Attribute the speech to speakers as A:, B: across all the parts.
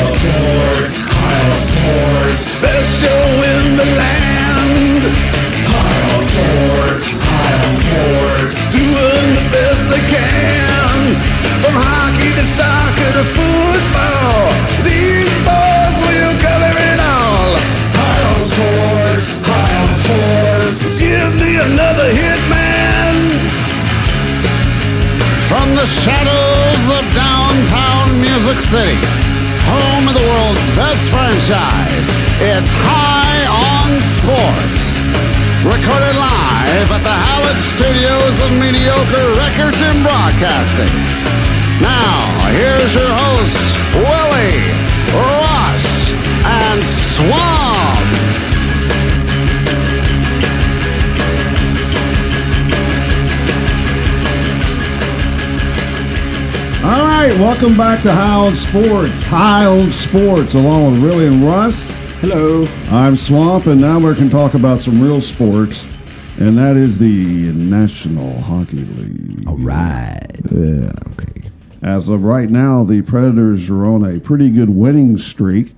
A: Sports, Pile Sports,
B: Best show in the land,
A: Pile Sports, Pile Sports,
B: doing the best they can. From hockey to soccer to football, these boys will cover it all.
A: Pile Sports, Pile Sports,
B: Give me another hit, man.
C: From the shadows of downtown Music City, home of the world's best franchise, it's High on Sports. Recorded live at the Hallett Studios of Mediocre Records and Broadcasting. Now, here's your hosts, Willie, Ross, and Swab. All right, welcome back to High on Sports. High on Sports, along with Willie and Russ. Hello. I'm Swamp, and now we can talk about some real sports, and that is the National Hockey League. All
D: Right.
C: Yeah. Okay. As of right now, the Predators are on a pretty good winning streak,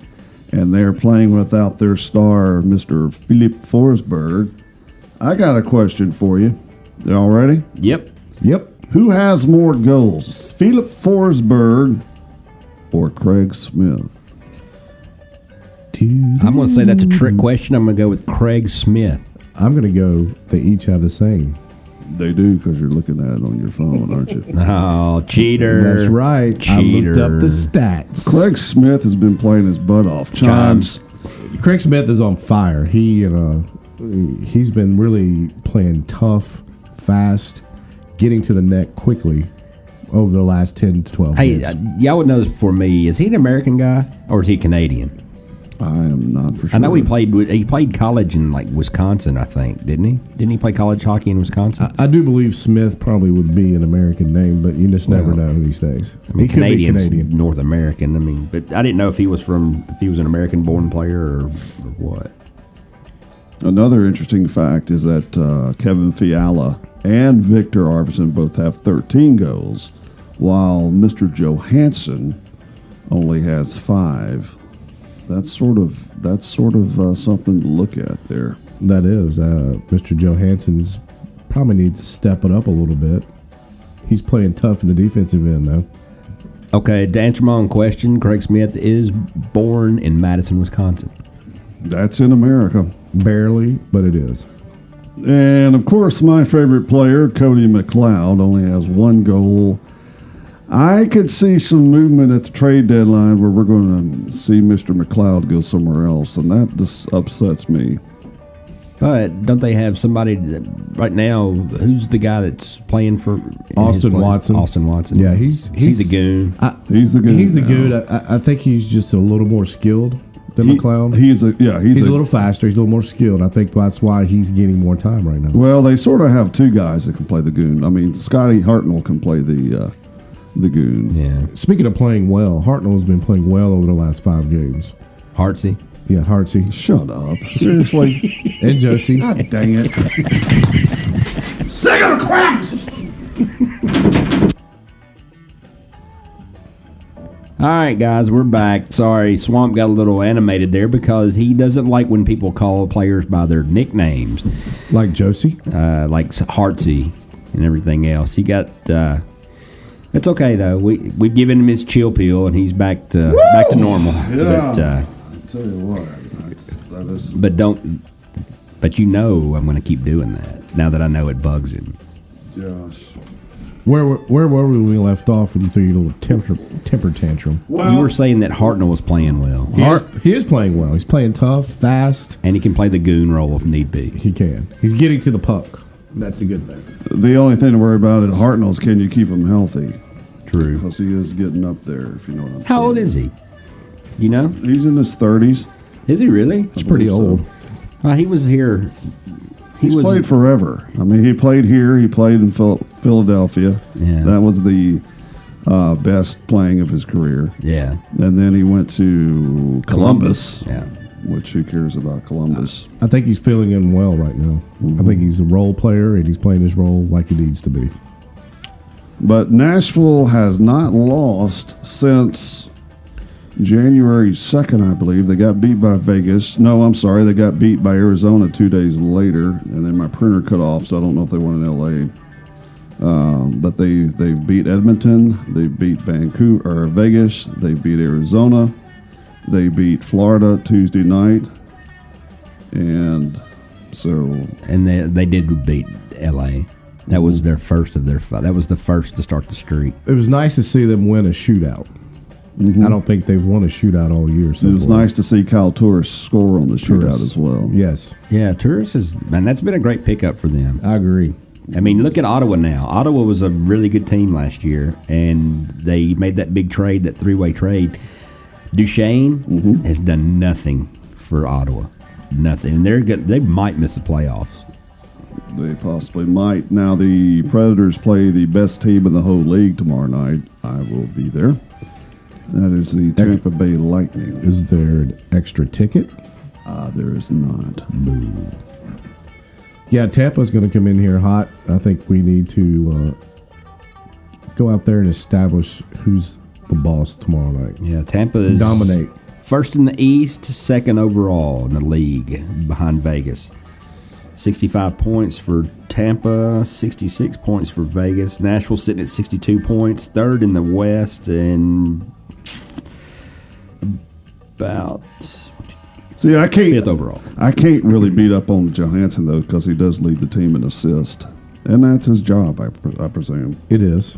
C: and they're playing without their star, Mr. Philip Forsberg. I got a question for you. Y'all ready?
D: Yep.
C: Yep. Who has more goals, Philip Forsberg or Craig Smith?
D: I'm going to say that's a trick question. I'm going to go with Craig Smith.
E: I'm gonna go. They each have the same.
C: They do because you're looking at it on your phone, aren't you?
D: Oh, cheater.
E: That's right.
D: Cheater.
E: I looked up the stats.
C: Craig Smith has been playing his butt off. Chimes.
E: Craig Smith is on fire. He uh, he's been really playing tough, fast, getting to the net quickly over the last ten to twelve
D: Hey,
E: years.
D: uh, y'all would know this before me. Is he an American guy or is he Canadian?
C: I am not for sure.
D: I know he played. with- He played college in like Wisconsin, I think, didn't he? Didn't he play college hockey in Wisconsin?
E: I do believe Smith probably would be an American name, but you just never
D: Well,
E: know these days.
D: I
E: he could be
D: mean, Canadian's
E: Canadian.
D: North American. I mean, but I didn't know if he was from if he was an American-born player or, or what.
C: Another interesting fact is that uh, Kevin Fiala and Victor Arvidsson both have 13 goals, while Mr. Johansson only has five. That's sort of that's sort of uh, something to look at there.
E: That is, uh, Mr. Johansson's probably needs to step it up a little bit. He's playing tough in the defensive end though.
D: Okay, to answer my own question, Craig Smith is born in Madison, Wisconsin.
C: That's in America.
E: Barely, but it is.
C: And of course, my favorite player, Cody McLeod, only has one goal. I could see some movement at the trade deadline where we're going to see Mr. McLeod go somewhere else, and that just upsets me.
D: But don't they have somebody that, right now? Who's the guy that's playing for
E: Austin
D: his place?
E: Watson.
D: Austin Watson.
E: Yeah, he's-
D: he's,
E: he's-
D: a goon.
C: He's the good.
E: He's the
C: now.
E: good. I, I- I think he's just a little more skilled than
C: He-
E: McLeod.
C: He's a yeah. He's,
E: he's a, little faster. He's a little more skilled. I think that's why he's getting more time right now.
C: Well, they sort of have two guys that can play the goon. I mean, Scotty Hartnell can play the uh, the goon.
D: yeah,
E: Speaking of playing well, Hartnell's been playing well over the last five games.
D: Hartsey.
E: Yeah, Hartsey
C: Shut up, seriously.
E: and Josie.
C: God dang it. Sick of crap.
D: All right, guys, we're back. Sorry, Swamp got a little animated there because he doesn't like when people call players by their nicknames,
E: like Josie.
D: uh, like Hartsey and everything else. He got. Uh, it's okay though. We we've given him his chill pill, and he's back to back to normal.
C: Yeah.
D: But, uh,
C: Tell you what, I just- I just-
D: but don't. But you know, I'm going to keep doing that now that I know it bugs him.
C: Josh.
E: Where were- where were we when we left off when you threw your little temper temper tantrum?
D: you were saying that Hartnell was playing well,
E: He is, he is playing well. He's playing tough, fast.
D: and he can play the goon role if need be.
E: He can. He's getting to the puck. That's a good thing.
C: The only thing to worry about at Hartnell's can you keep him healthy?
D: True.
C: Because he is getting up there, if you know what I'm saying.
D: How old is he? You know,
C: He's in his 30s.
D: is he really?
E: It's pretty
C: believe so.
E: old.
D: Uh, he was here. He
C: He's
D: was
C: played forever. I mean, he played here. He played in Phil- Philadelphia.
D: Yeah.
C: That was the uh, best playing of his career.
D: yeah.
C: And then he went to Columbus,
D: Yeah.
C: which who cares about Columbus?
E: I think he's feeling in well right now. I think he's a role player and he's playing his role like he needs to be.
C: But Nashville has not lost since
F: January 2nd, I believe, they got beat by Vegas. No, I'm sorry, they got beat by Arizona two days later, and then my printer cut off, so I don't know if they won in LA. Um, but they they beat Edmonton, they beat Vancouver or Vegas, they beat Arizona, they beat Florida Tuesday night, and so
D: and they they did beat L.A. That was their first of their five. That was the first to start the streak.
E: It was nice to see them win a shootout. I don't think they've won a shootout all year. So
F: it was
E: far.
F: nice to see Kyle Torres score on the shootout
E: Torres.
F: as well.
E: Yes,
D: Yeah, tourists is man. That's been a great pickup for them.
E: I agree.
D: I mean, look at Ottawa now. Ottawa was a really good team last year, and they made that big trade, that three way trade. Duchesne has done nothing for Ottawa, nothing. And they're good. They might miss the playoffs.
F: They possibly might. Now the Predators play the best team in the whole league tomorrow night. I will be there. That is the Tampa Bay Lightning.
E: Is there an extra ticket?
F: Ah, there is not.
E: Yeah, Tampa's going to come in here hot. I think we need to uh, go out there and establish who's the boss tomorrow night.
D: Yeah, Tampa is
E: Dominate.
D: first in the East, second overall in the league behind Vegas. 65 points for Tampa, 66 points for Vegas. Nashville sitting at 62 points, third in the West, and about
F: See, I can't.
D: fifth overall.
F: I can't really beat up on Johansson though because he does lead the team in assist, and that's his job, I, pre- I presume.
E: It is.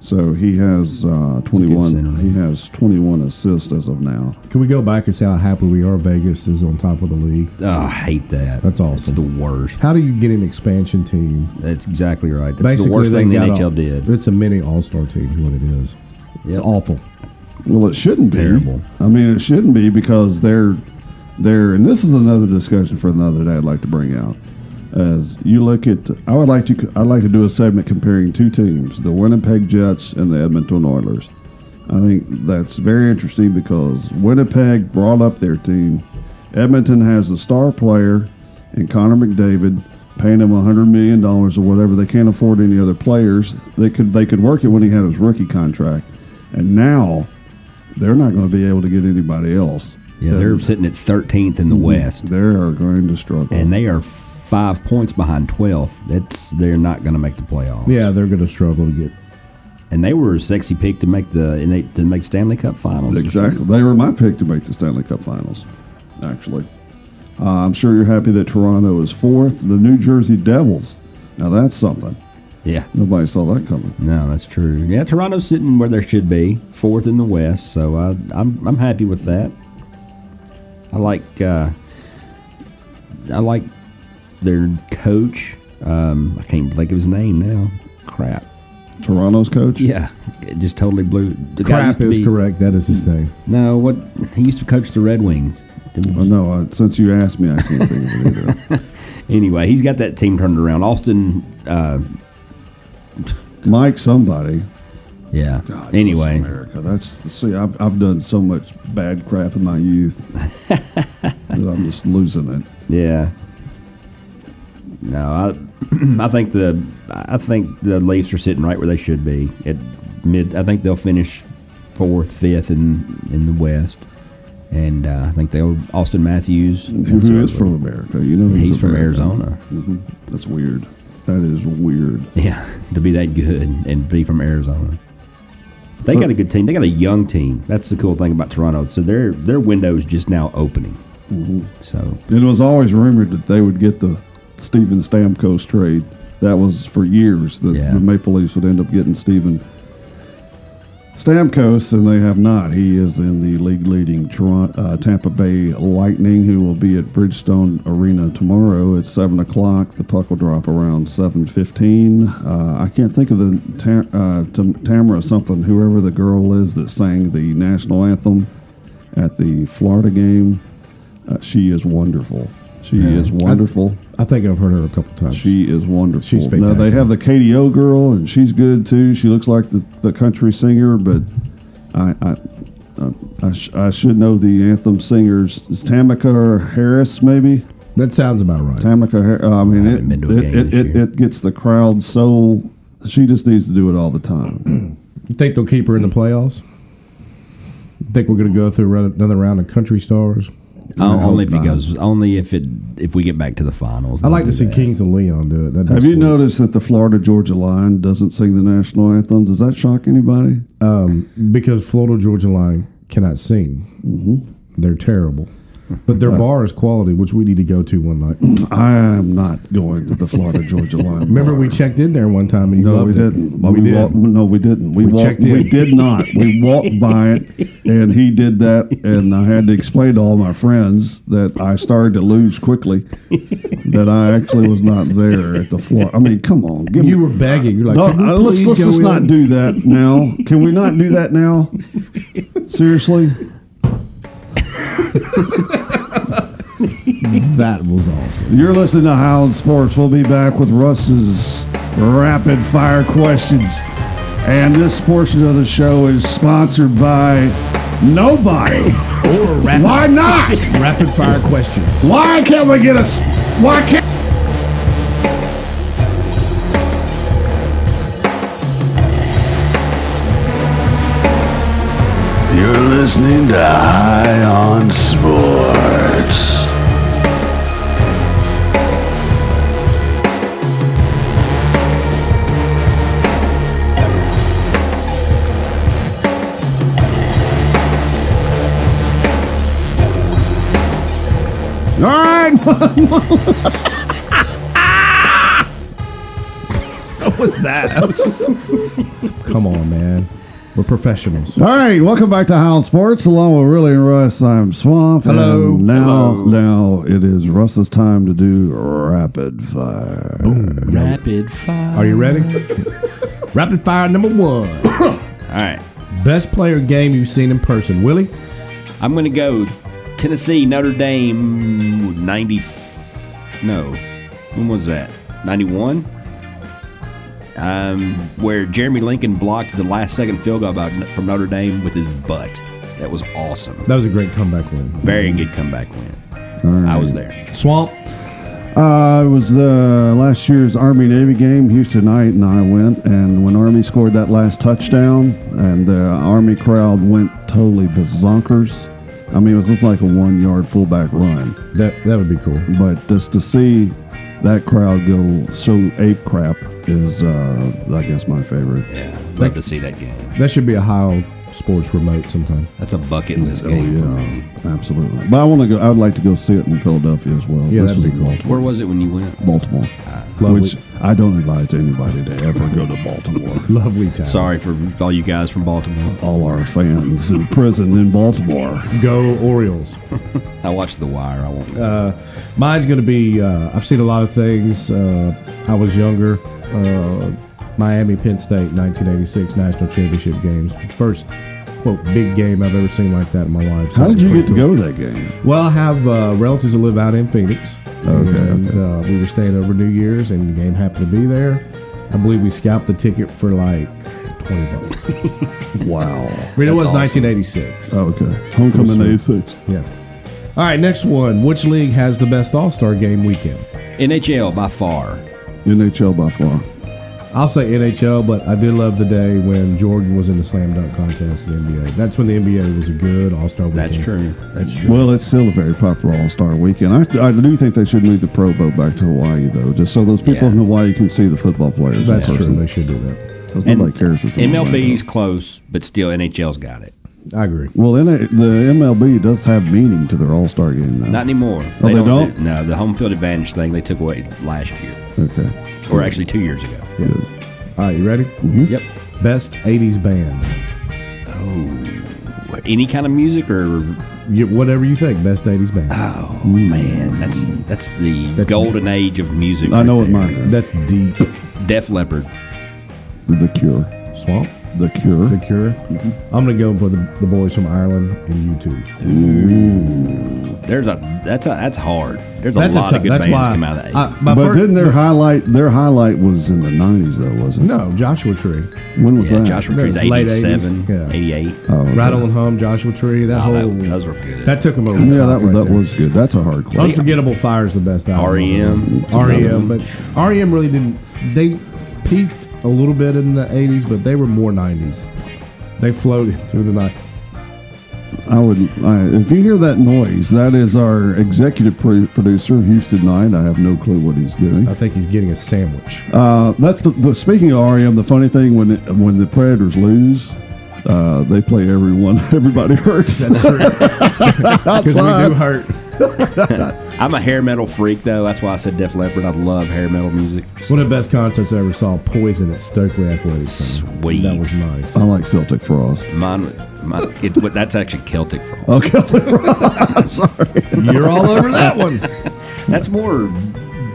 F: So he has uh,
D: center.
F: twenty-one. He has twenty-one assists as of now.
E: Can we go back and say how happy we are? Vegas is on top of the league.
D: Oh, I hate that.
E: That's
D: It's
E: awesome.
D: the worst.
E: How do you get an expansion team?
D: That's exactly right. That's the worst
E: they
D: thing the
E: got
D: NHL
E: a-
D: did.
E: It's a mini All Star team. Is what it is. It's
D: Yep.
E: awful.
F: Well, it shouldn't be.
D: Terrible.
F: I mean, it shouldn't be because they're they're, and this is another discussion for another day. I'd like to bring out as you look at. I would like to. I'd like to do a segment comparing two teams: the Winnipeg Jets and the Edmonton Oilers. I think that's very interesting because Winnipeg brought up their team. Edmonton has a star player and Connor McDavid, paying him hundred million dollars or whatever. They can't afford any other players. They could they could work it when he had his rookie contract, and now they're not going to be able to get anybody else.
D: Yeah, they're sitting at 13th
E: Mm-hmm.
D: in the West.
F: They are going to struggle.
D: and they are five points behind 12th. That's they're not going to make the playoffs.
E: Yeah, they're going to struggle to get.
D: and they were a sexy pick to make the and they- to make Stanley Cup Finals.
F: exactly, they were my pick to make the Stanley Cup Finals. Actually, uh, I'm sure you're happy that Toronto is fourth. The New Jersey Devils. Now that's something.
D: Yeah.
F: Nobody saw that coming.
D: No, that's true. Yeah, Toronto's sitting where they should be, fourth in the West. So I, I'm I'm happy with that. I like uh, I like their coach. Um, I can't think of his name now. Crap.
F: Toronto's coach.
D: Yeah, it just totally blew. The guy
E: Crap
D: used to
E: is
D: be-
E: correct. That is his
D: Hmm.
E: name.
D: No, what he used to coach the Red Wings.
F: Oh, no, I, since you asked me, I can't think of it either.
D: Anyway, he's got that team turned around. Austin, uh,
F: Mike, somebody.
D: yeah.
F: God, bless
D: anyway,
F: America. That's the see. I've I've done so much bad crap in my youth that I'm just losing it.
D: yeah. No, I, I think the I think the Leafs are sitting right where they should be at mid. I think they'll finish fourth, fifth in in the West, and uh, I think they'll Austin Matthews.
F: Who- Who is from America? You know, he's,
D: He's from
F: American.
D: Arizona.
F: That's weird. That is weird.
D: Yeah, to be that good and be from Arizona. They got a good team. They got a young team. That's the cool thing about Toronto. So their their window is just now opening. Mm-hmm. So
F: It was always rumored that they would get the Steven Stamkos trade. That was for years that
D: Yeah.
F: the Maple Leafs would end up getting Steven Stamkos, and they have not. He is in the league-leading Toronto, uh, Tampa Bay Lightning, who will be at Bridgestone Arena tomorrow at seven o'clock. The puck will drop around seven fifteen. Uh, I can't think of the Tam uh, Tam- Tamara something, whoever the girl is that sang the national anthem at the Florida game. Uh, she is wonderful. She is wonderful.
E: I think I've heard her a couple times.
F: She is wonderful.
E: She's
F: now they
E: spectacular.
F: have the KDO girl, and she's good too. She looks like the, the country singer, but I I, I, I, sh- I should know the anthem singers. It's Tamika Harris, maybe
E: that sounds about right.
F: Tamika. Har- uh, I mean,
D: I haven't been
F: it
D: to a
F: it,
D: game
F: it,
D: this
F: it,
D: year.
F: it gets the crowd so. She just needs to do it all the time.
E: You think they'll keep her in the playoffs? think we're going to go through run- another round of country stars?
D: Oh,
E: I
D: only if
E: hope
D: it
E: not.
D: goes. Only if it if we get back to the finals.
E: I'd like to see
D: King.
E: Kings and Leon do it. That'd be
F: Have you
E: sweet.
F: noticed that the Florida Georgia line doesn't sing the national anthem? Does that shock anybody?
E: Um, because Florida Georgia Line cannot sing.
F: Mm-hmm.
E: They're terrible. But their bar is quality, which we need to go to one night.
F: I am not going to the Florida Georgia line.
E: Remember, we checked in there one time and you
F: No, we
E: loved it.
F: didn't. Well,
E: we,
F: we
E: did.
F: walked- no, we didn't. We, walked.
E: checked
F: We
E: in.
F: did not. We walked by it, and he did that, and I had to explain to all my friends that I started to lose quickly, that I actually was not there at the floor. I mean, come on, give
E: You
F: me.
E: were begging. You're like,
F: No,
E: "Can we
F: uh, let's
E: please
F: let's
E: go
F: just
E: in?"
F: not do that now. Can we not do that now? Seriously,
E: That was awesome.
F: you're listening to Highland Sports. We'll be back with Russ's rapid fire questions, and this portion of the show is sponsored by nobody.
E: Or rapid,
F: Why not?
E: rapid fire questions.
F: Why can't we get a? s- Why can't?
B: You're listening to High on Sports.
F: All right.
E: What's that? That was- Come on, man. We're professionals.
F: All right. Welcome back to Hound Sports, along with Really and Russ. I'm Swamp.
E: Hello.
F: And now, now it is Russ's time to do rapid fire.
D: Rapid fire.
E: Are you ready? rapid fire number one.
D: All right.
E: Best player game you've seen in person, Willie?
D: I'm gonna go Tennessee Notre Dame ninety. No, when was that? Ninety one. Um, where Jeremy Lincoln blocked the last second field goal about, from Notre Dame with his butt. That was awesome.
E: That was a great comeback win.
D: Very good comeback win. I was there.
E: Swamp.
F: Uh, it was the last year's Army Navy game, Houston night, and I went. And when Army scored that last touchdown, and the Army crowd went totally bazonkers. I mean, it was just like a one yard fullback run.
E: That that would be cool.
F: but just to see that crowd go so ape crap is uh i guess my favorite
D: Yeah, love to see that game.
E: That should be a high on sports remote sometime.
D: That's a bucket list game for me.
F: absolutely but i want to go i would like to go see it in philadelphia as well
E: Yeah,
F: this
E: that'd
F: was
E: be
F: in
E: cool. Uh,
F: baltimore,
D: Where was it when you went?
F: baltimore
E: Lovely.
F: which i don't advise anybody to ever go to baltimore
E: Lovely town.
D: Sorry for all you guys from Baltimore.
F: all our fans in prison in baltimore
E: Go Orioles.
D: I watched The Wire. I won't.
E: Uh, mine's going to be. Uh, I've seen a lot of things. Uh, I was younger. Uh, Miami, Penn State, 1986 national championship games. First quote big game I've ever seen like that in my life. So
F: how did
E: it's
F: you
E: pretty
F: get to
E: cool.
F: go to that game
E: Well, I have uh, relatives that live out in Phoenix,
F: Okay,
E: and Uh, we were staying over New Year's, and the game happened to be there. I believe we scalped the ticket for like twenty bucks. I
F: wow
E: mean, it was
D: awesome.
E: 1986.
F: okay homecoming a6
E: Yeah. All right, next one. Which league has the best All Star game weekend?
D: NHL by far.
F: nhl by far
E: I'll say NHL, but I did love the day when Jordan was in the slam dunk contest in the NBA. That's when the NBA was a good All Star weekend.
D: That's true. That's true.
F: Well, it's still a very popular All Star weekend. I, I do think they should move the Pro Bowl back to Hawaii, though, just so those people
D: Yeah.
F: in Hawaii can see the football players.
E: That's
F: in
E: true.
F: person.
E: They should do that.
F: 'Cause
D: And
F: nobody cares. It's in Hawaii.
D: MLB's close, but still NHL's got it.
E: I agree.
F: Well, in it- the MLB does have meaning to their All Star game now.
D: Not anymore.
F: Oh. they don't?
D: do- no, the home field advantage thing they took away last year,
F: okay.
D: or actually two years ago.
F: Good.
E: All right, you ready?
D: Yep.
E: Best 80s band.
D: Oh, any kind of music or
E: You, whatever you think, best 80s band.
D: oh man, that's that's the
E: That's-
D: golden age of music.
F: I
D: right
F: know what
D: there.
F: mine is.
E: That's deep.
D: Def Leppard.
F: The Cure.
E: Swamp,
F: The Cure.
E: The Cure.
D: Mm-hmm.
E: I'm gonna go for the, the boys from Ireland and YouTube.
D: There's a that's a that's hard. There's a
E: That's
D: lot
E: tough-
D: of good
E: that's
D: bands
E: why
D: come out of that.
E: I-
D: 80s.
E: my
F: but
E: first-
F: didn't their highlight? Their highlight was in the nineties, though, wasn't it?
E: no Joshua Tree,
F: When was
D: yeah,
F: that?
D: Joshua
E: That
D: Tree's
E: was late
D: 87,
E: 80s, yeah.
D: 88.
F: Oh, okay.
E: Rattle and Hum, Joshua Tree. That
D: Oh, that-
E: whole
D: those were good.
E: That took him over. the
F: Yeah,
E: top
F: that,
E: right
F: that
E: there.
F: was good. That's a hard question.
E: Unforgettable Fire is the best album.
D: E R.E.M..
E: Oh. REM, but REM really didn't. They peaked a little bit in the '80s, but they were more '90s. They floated through the night.
F: I would. I, if you hear that noise, that is our executive pro- producer, Houston Knight. I have no clue what he's doing.
E: I think he's getting a sandwich.
F: Uh, that's the, the speaking of REM. The funny thing when it, when the Predators lose, uh, they play everyone. Everybody hurts.
E: That's true. Because we do hurt.
D: I'm a hair metal freak, though. That's why I said Def Leppard. I love hair metal music.
E: One of the best concerts I ever saw, Poison at Stokely Athletic. Center.
D: Sweet.
E: That was nice.
F: I like Celtic Frost.
D: Mine, mine it, but that's actually Celtic for
F: Oh, Celtic Frost. Sorry.
E: You're all over that one.
D: That's more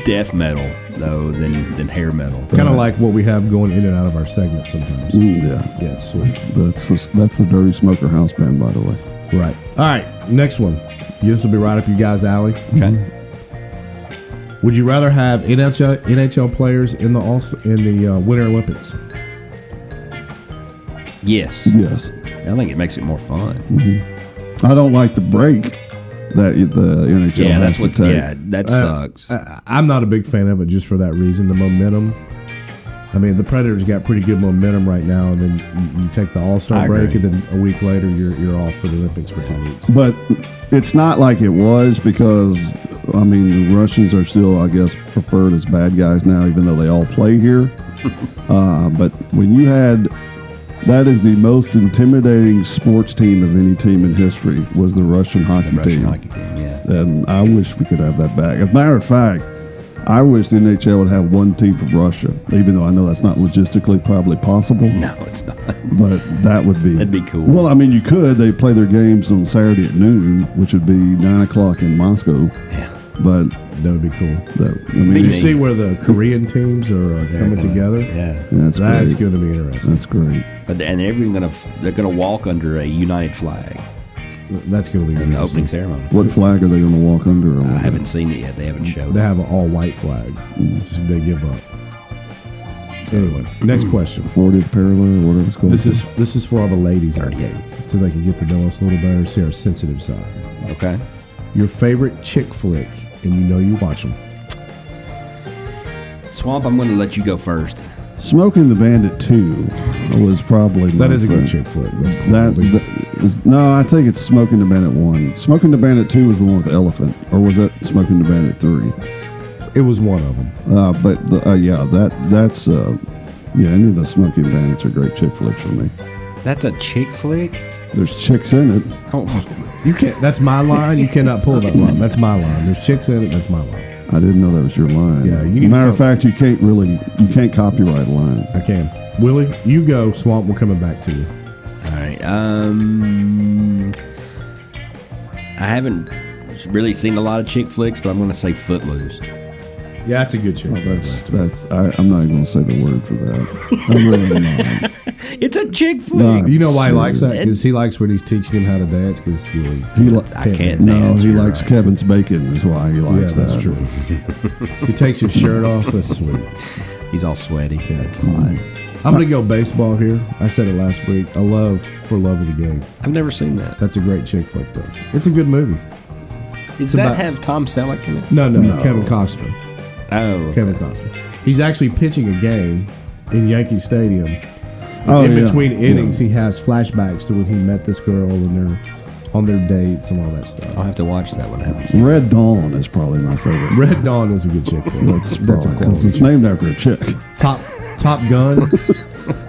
D: death metal though than than hair metal.
E: kind of like what we have going in and out of our segment sometimes.
F: Mm, yeah,
E: Yeah, it's sweet.
F: that's the, that's the Dirty Smoker House Band, by the way.
E: Right. All right. Next one. This will be right up you guys' alley.
D: Okay.
E: Would you rather have NHL, NHL players in the All in the uh, Winter Olympics?
D: Yes,
F: Yes,
D: I think it makes it more fun.
F: I don't like the break that y- the NHL
D: Yeah,
F: has
D: that's
F: to
D: what.
F: take.
D: Yeah, that sucks.
E: I, I'm not a big fan of it just for that reason. The momentum. I mean, the Predators got pretty good momentum right now, and then you, you take the All
D: I
E: Star break,
D: agree.
E: and then a week later you're you're off for the Olympics for two weeks.
F: But it's not like it was because I mean the Russians are still, I guess, preferred as bad guys now, even though they all play here. uh, but when you had that is the most intimidating sports team of any team in history was the Russian hockey
D: the Russian
F: team.
D: hockey team. Yeah.
F: And I wish we could have that back. As a matter of fact, I wish the NHL would have one team from Russia, even though I know that's not logistically probably possible.
D: No, it's not.
F: But that would be
D: That'd be cool.
F: Well, I mean, you could. They play their games on Saturday at noon, which would be nine o'clock in Moscow.
D: Yeah.
F: But
E: That would be cool.
F: that, I
E: Did you
F: mean,
D: Big
F: it's-
E: see where the Korean teams are uh, coming together?
D: Yeah.
F: that's,
E: That's going
F: great.
E: to be interesting.
F: That's great.
D: But they- and they're even gonna f- they're gonna walk under a United flag
E: That's going to be
D: in the
E: interesting.
D: opening ceremony.
F: What flag are they going to walk under?
D: I haven't seen it yet. They haven't showed.
E: They
D: it.
E: have an all white flag. So they give up. Anyway, next question.
F: Fortieth parallel, or whatever it's called.
E: This is this is for all the ladies out
D: 38.
E: there, so they can get to know us a little better, see our sensitive side.
D: Okay.
E: Your favorite chick flick, and you know you watch them.
D: Swamp, I'm gonna let you go first.
F: smoking the Bandit Two was probably
E: That
F: my
E: is a good
F: favorite.
E: chick flick. That's cool.
F: That, that is, no, I think it's Smoking the Bandit One. Smoking the Bandit Two was the one with the elephant, or was that Smoking the Bandit Three?
E: it was one of them.
F: Uh, but the, uh, yeah, that that's uh, yeah. Any of the Smoking Bandits are great chick flicks for me.
D: That's a chick flick.
F: There's chicks in it.
D: Oh,
E: You can't. That's my line. You cannot pull that line. That's my line. There's chicks in it. That's my line.
F: I didn't know that was your line.
E: Yeah, you need
F: matter
E: to
F: of fact, you can't really you can't copyright a line.
E: I can. Willie, you go. Swamp, we're coming back to you.
D: all right. Um, I haven't really seen a lot of chick flicks, but I'm gonna say Footloose.
E: Yeah, Oh, that's a good chick flick.
F: That's that's I, I'm not even gonna say the word for that. I'm really not.
D: It's a chick
F: No.
D: flick.
E: You know why he likes that? Because he likes when he's teaching him how to dance. Because Willie,
F: He li-
D: I can't.
F: no,
D: dance,
F: he
D: you're
F: likes
D: right.
F: Kevin's bacon. Is why he
E: yeah,
F: likes that.
E: that's true. he takes his shirt off. That's sweet.
D: He's all sweaty. Mm-hmm. That's hot.
E: I'm gonna go baseball here. I said it last week. I love for love of the game.
D: I've never seen that.
E: That's a great chick flick, though. It's a good movie.
D: Does that
E: about-
D: have Tom Selleck in it?
E: No, no, Kevin Costner.
D: Oh,
E: Kevin Costner. He's actually pitching a game in Yankee Stadium.
F: Oh,
E: in
F: yeah.
E: between innings, he has flashbacks to when he met this girl and their on their dates and all that stuff.
D: I'll have to watch that one. I haven't seen.
F: Red Dawn is probably my favorite.
E: Red Dawn is a good chick flick.
F: That's
E: That's a
F: probably because
E: quality.
F: it's named after a chick.
E: Top Top Gun.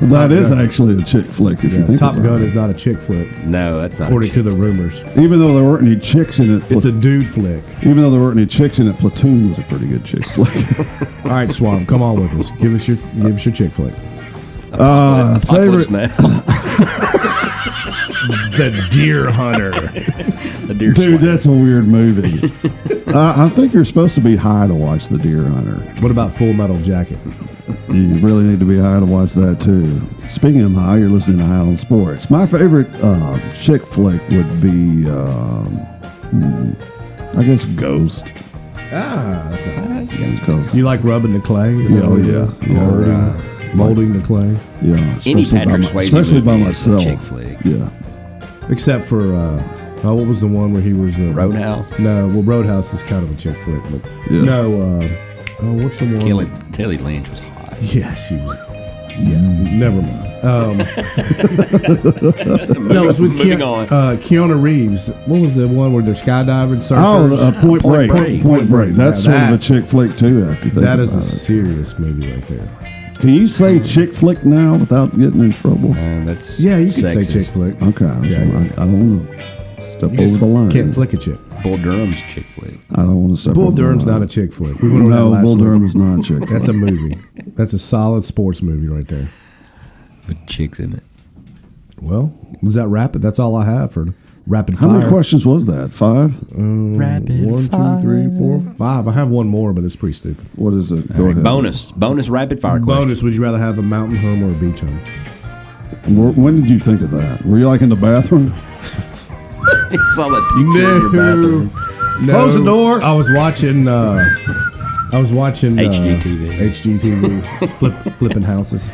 F: That is
E: Gun.
F: actually a chick flick if you
E: yeah,
F: think
E: Top
F: about
E: Gun
F: it.
E: is not a chick flick,
D: No, that's not.
E: according
D: a
E: to
D: chick.
E: the rumors.
F: Even though there weren't any chicks in it,
E: It's a dude flick.
F: even though there weren't any chicks in it, Platoon was a pretty good chick flick.
E: All right, Swamp, come on with us. Give us your give us your chick flick.
F: Uh, favorite
D: Apocalypse Now.
E: The Deer Hunter.
D: the deer. Slayer.
F: Dude, that's a weird movie. I, I think you're supposed to be high to watch The Deer Hunter.
E: what about Full Metal Jacket?
F: You really need to be high to watch that too. Speaking of high, you're listening to Highland Sports. My favorite uh, chick flick would be, um, hmm, I guess, Ghost.
E: Ah, that's not.
F: Because
E: You like rubbing the clay? Is
F: Yeah,
E: that what it
F: yeah.
E: is?
F: Yeah.
E: Molding,
F: Or, uh,
E: molding the clay.
F: yeah,
D: Any
F: especially by
D: Patrick
F: my-
D: Swayze
F: especially by
D: movie is a
F: myself.
D: chick flick.
F: Yeah,
E: Except for, uh, oh, what was the one where he was? Uh,
D: Roadhouse.
E: No, well, Roadhouse is kind of a chick flick, but
F: Yeah.
E: no. Uh, oh, what's the one?
D: Kelly, Kelly Lynch was hot.
E: Yeah, she was. Yeah, never mind. No, it was with
D: Moving
E: Kea-
D: on.
E: Uh, Keanu Reeves. What was the one where they're skydiving?
F: Oh,
E: Surfers?
F: uh, Point Break.
G: Break.
F: Point Break. That's
E: Now
F: sort of a
E: that-
F: chick flick too. If you think
E: that is a
F: about
E: serious movie right there.
F: it. Can you say chick flick now without getting in trouble?
D: And Uh, that's
E: Yeah, you could say
D: sexist.
E: chick flick.
F: Okay, I,
E: Yeah,
F: I, I don't want to step over the line.
E: Can't flick a chick.
D: Bull Durham's chick flick.
F: I don't want to step.
E: Bull
F: over
E: Durham's
F: the line.
E: not a chick flick. We went over that
F: No,
E: last
F: Bull
E: week.
F: Durham is not a chick.
E: That's a
F: flick.
E: movie. That's a solid sports movie right there.
D: With chicks in it.
E: Well, was that rapid? That's all I have for rapid
F: How
E: fire.
F: many questions was that? Five.
E: One, two, three, four, five. I have one more, but it's pretty stupid.
F: What is it? Go
D: All right,
F: ahead.
D: bonus. Bonus rapid fire question.
E: Bonus: Would you rather have a mountain home or a beach home?
F: Wh- When did you think of that? Were you like in the bathroom?
D: It's all that picture in your bathroom.
E: No.
F: Close the door.
E: I was watching. Uh, I was watching uh,
D: HGTV.
E: HGTV. Flip, flipping houses.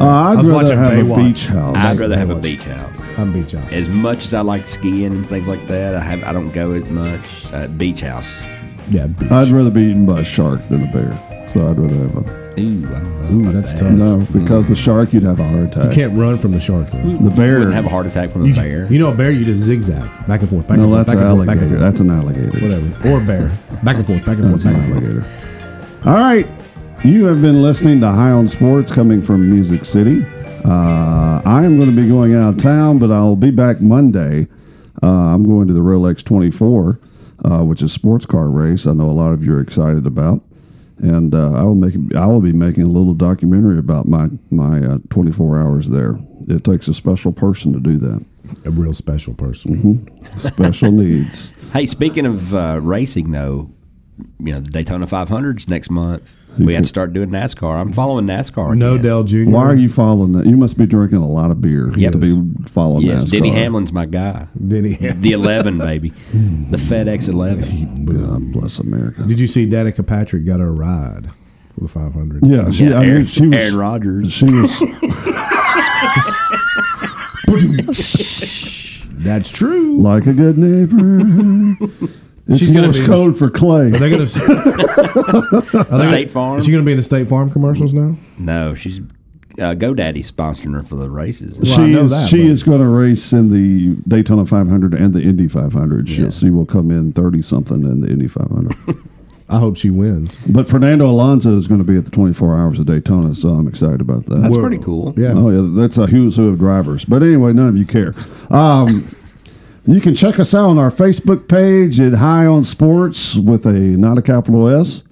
F: Uh, I'd
E: was
F: rather
E: watching
F: have a
E: Baywatch.
F: beach house.
D: I'd rather have a
E: Baywatch.
D: beach house.
E: I'm beach house.
D: As much as I like skiing and things like that, I have I don't go as much. Uh, beach house.
E: yeah, beach.
F: I'd rather be eaten by a shark than a bear. So I'd rather have a
D: Ooh, I don't know.
E: Ooh,
D: about
E: that's
D: that.
E: tough.
F: no because the shark you'd have a heart
E: you
F: attack.
E: can't run from the shark though.
F: The
D: You
F: bear.
D: wouldn't have a heart attack from a
E: You,
D: bear.
E: you know a bear, you just zigzag back and forth, back and
F: no,
E: forth, back
F: that's an
E: and forth, back
F: alligator.
E: and forth.
F: That's an alligator.
E: whatever. Or a bear, back and forth, back and forth,
F: That's
E: back
F: an
E: and forth.
F: alligator. All right. You have been listening to High on Sports coming from Music City. Uh, I am going to be going out of town, but I'll be back Monday. Uh, I'm going to the Rolex 24, uh, which is a sports car race. I know a lot of you are excited about, and uh, I will make I will be making a little documentary about my my uh, 24 hours there. It takes a special person to do that.
E: A real special person.
F: Special needs.
D: Hey, speaking of uh, racing, though, you know the Daytona 500s next month. We had to start doing NASCAR. I'm following NASCAR.
E: No
D: again.
E: Dell Jr.
F: Why are you following that? You must be drinking a lot of beer to be following
D: Yes,
F: NASCAR.
D: Denny Hamlin's my guy.
E: Did he?
D: The 11, baby. The FedEx 11.
F: God bless America.
E: Did you see Danica Patrick got her ride for the 500?
F: Yeah, she,
D: Yeah,
F: I mean,
D: Aaron,
F: she was.
D: Aaron Rodgers.
F: She was.
E: That's true.
F: like a good neighbor. It's
E: She's gonna
F: Morse
E: be-
F: code for clay.
E: Are they gonna? Are they
D: State
E: gonna-
D: Farm.
E: Is she gonna be in the State Farm commercials now?
D: No, she's uh, GoDaddy sponsoring her for the races.
E: Well, I
F: she
E: know
F: is,
E: that,
F: she
E: but-
F: is going to race in the Daytona 500 and the Indy 500. She'll-
D: Yeah.
F: She will come in 30 something in the Indy 500.
E: I hope she wins.
F: but Fernando Alonso is going to be at the 24 hours of Daytona, so I'm excited about that.
D: That's pretty cool.
E: Yeah.
F: Oh, yeah, that's a who's who of drivers. But anyway, none of you care. Um, you can check us out on our Facebook page at High on Sports with a not a capital S.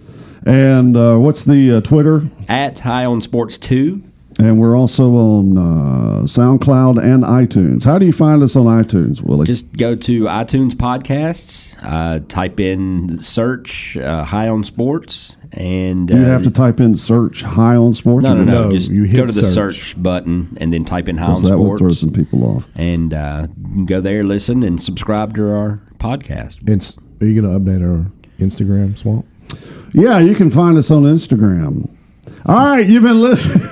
F: And uh, what's the uh, Twitter?
D: At High on Sports 2.
F: And we're also on uh, SoundCloud and iTunes. How do you find us on iTunes, Willie?
D: Just go to iTunes Podcasts, uh, type in search uh, High on Sports, and. Uh,
F: you have to type in search High on Sports.
D: no, no, no,
E: No,
D: Just
E: you hit
D: go to the
E: search.
D: search. button and then type in High on
F: That will throw
D: Sports.
F: some people off.
D: And uh, you can go there, listen, and subscribe to our podcast.
E: It's, are you gonna update her Instagram swamp?
F: Yeah, you can find us on Instagram. All right, you've been listening.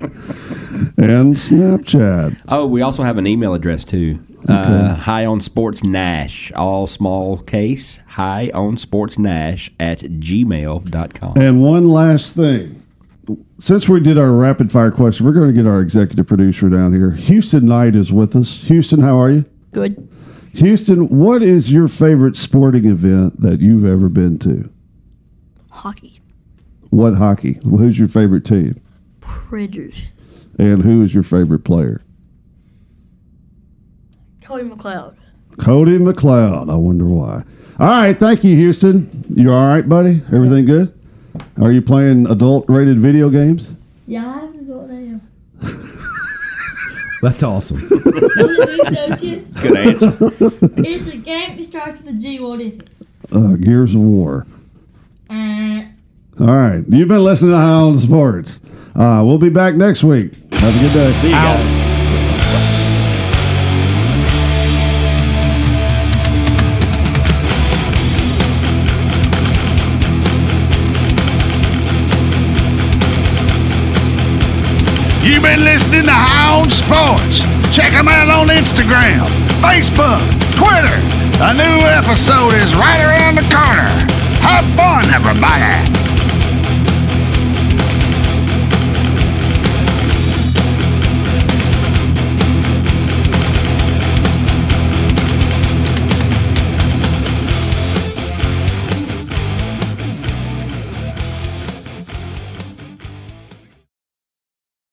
F: and Snapchat.
D: Oh, we also have an email address too. Uh, high on sports Nash, all small case, high on sports Nash at gmail.com.
F: And one last thing. Since we did our rapid fire question, we're going to get our executive producer down here. Houston Knight is with us. Houston, how are you?
D: Good.
F: Houston, what is your favorite sporting event that you've ever been to?
H: Hockey.
F: What hockey? Who's your favorite team?
H: Predators.
F: And who is your favorite player?
H: Cody McLeod.
F: Cody McLeod. I wonder why. All right. Thank you, Houston. You all right, buddy? Everything good? Are you playing adult rated video games?
H: Yeah, I haven't got them.
E: That's awesome.
H: it's
D: Good answer.
H: a game that starts with a G. What is it?
F: Uh, Gears of War.
H: Uh,
F: All right. You've been listening to High on Sports. Uh, we'll be back next week. Have a good day.
D: See you guys.
C: You've been listening to Hound Sports. Check them out on Instagram, Facebook, Twitter. A new episode is right around the corner. Have fun, everybody.